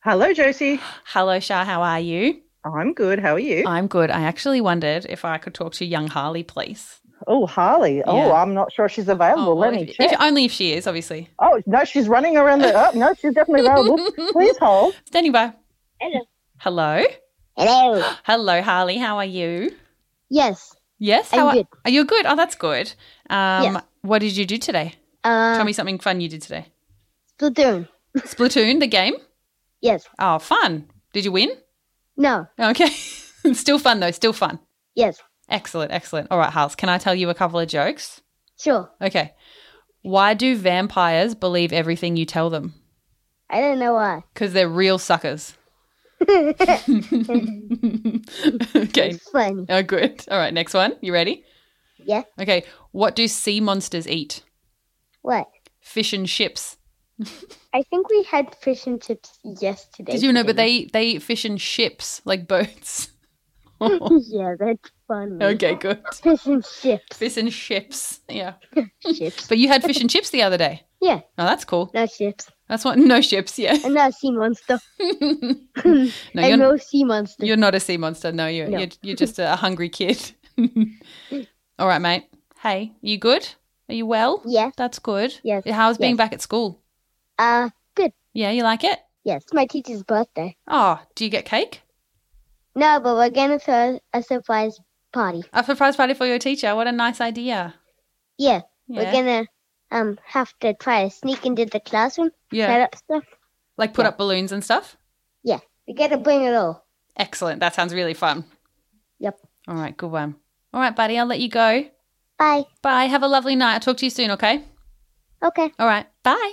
Hello, Josie. Hello, Shah. How are you? I'm good. How are you? I'm good. I actually wondered if I could talk to young Harley, please. Oh, Harley. Oh, Yeah. Oh, I'm not sure she's available. Oh, Let me if, check. if- only if she is, obviously. oh, no, she's running around the. Oh, no, she's definitely available. Please hold. Standing by. Hello. Hello. Hello. Hello, Harley. How are you? Yes, Yes. I'm How are, good. are you good? Oh, that's good. Um, Yes. What did you do today? Tell Uh, me something fun you did today. Splatoon. Splatoon, the game. Yes. Oh, fun. Did you win? No. Okay. Still fun, though. Still fun. Yes. Excellent. Excellent. All right, Harls. Can I tell you a couple of jokes? Sure. Okay. Why do vampires believe everything you tell them? I don't know why. Because they're real suckers. okay. It's funny. Oh, good. All right. Next one. You ready? Yeah. Okay. What do sea monsters eat? What? Fish and ships. I think we had fish and chips yesterday. Did you for know? But dinner. they eat- they eat fish and ships like boats. yeah, that's funny. okay. Good. Fish and chips. Fish and ships. Yeah. chips. But you had fish and chips the other day. Yeah. Oh, that's cool. No chips. That's what. No ships. Yeah. And no sea monster. No, and you're, no sea monster. you're not a sea monster. No, you're No. You're, you're just a hungry kid. All right, mate. Hey, you good? Are you well? Yeah. That's good. Yes. How's being Yes. back at school? Uh, Yeah, you like it? yes. It's my teacher's birthday. Oh, do you get cake? No, but we're gonna throw a surprise party. A surprise party for your teacher. What a nice idea. Yeah. Yeah. We're gonna um have to try to sneak into the classroom, yeah. set up stuff. Like put yeah. up balloons and stuff. We gotta bring it all. Excellent. That sounds really fun. Yep. All right, good one. All right, buddy, I'll let you go. Bye. Bye. Have a lovely night. I'll talk to you soon, okay? Okay. All right. Bye.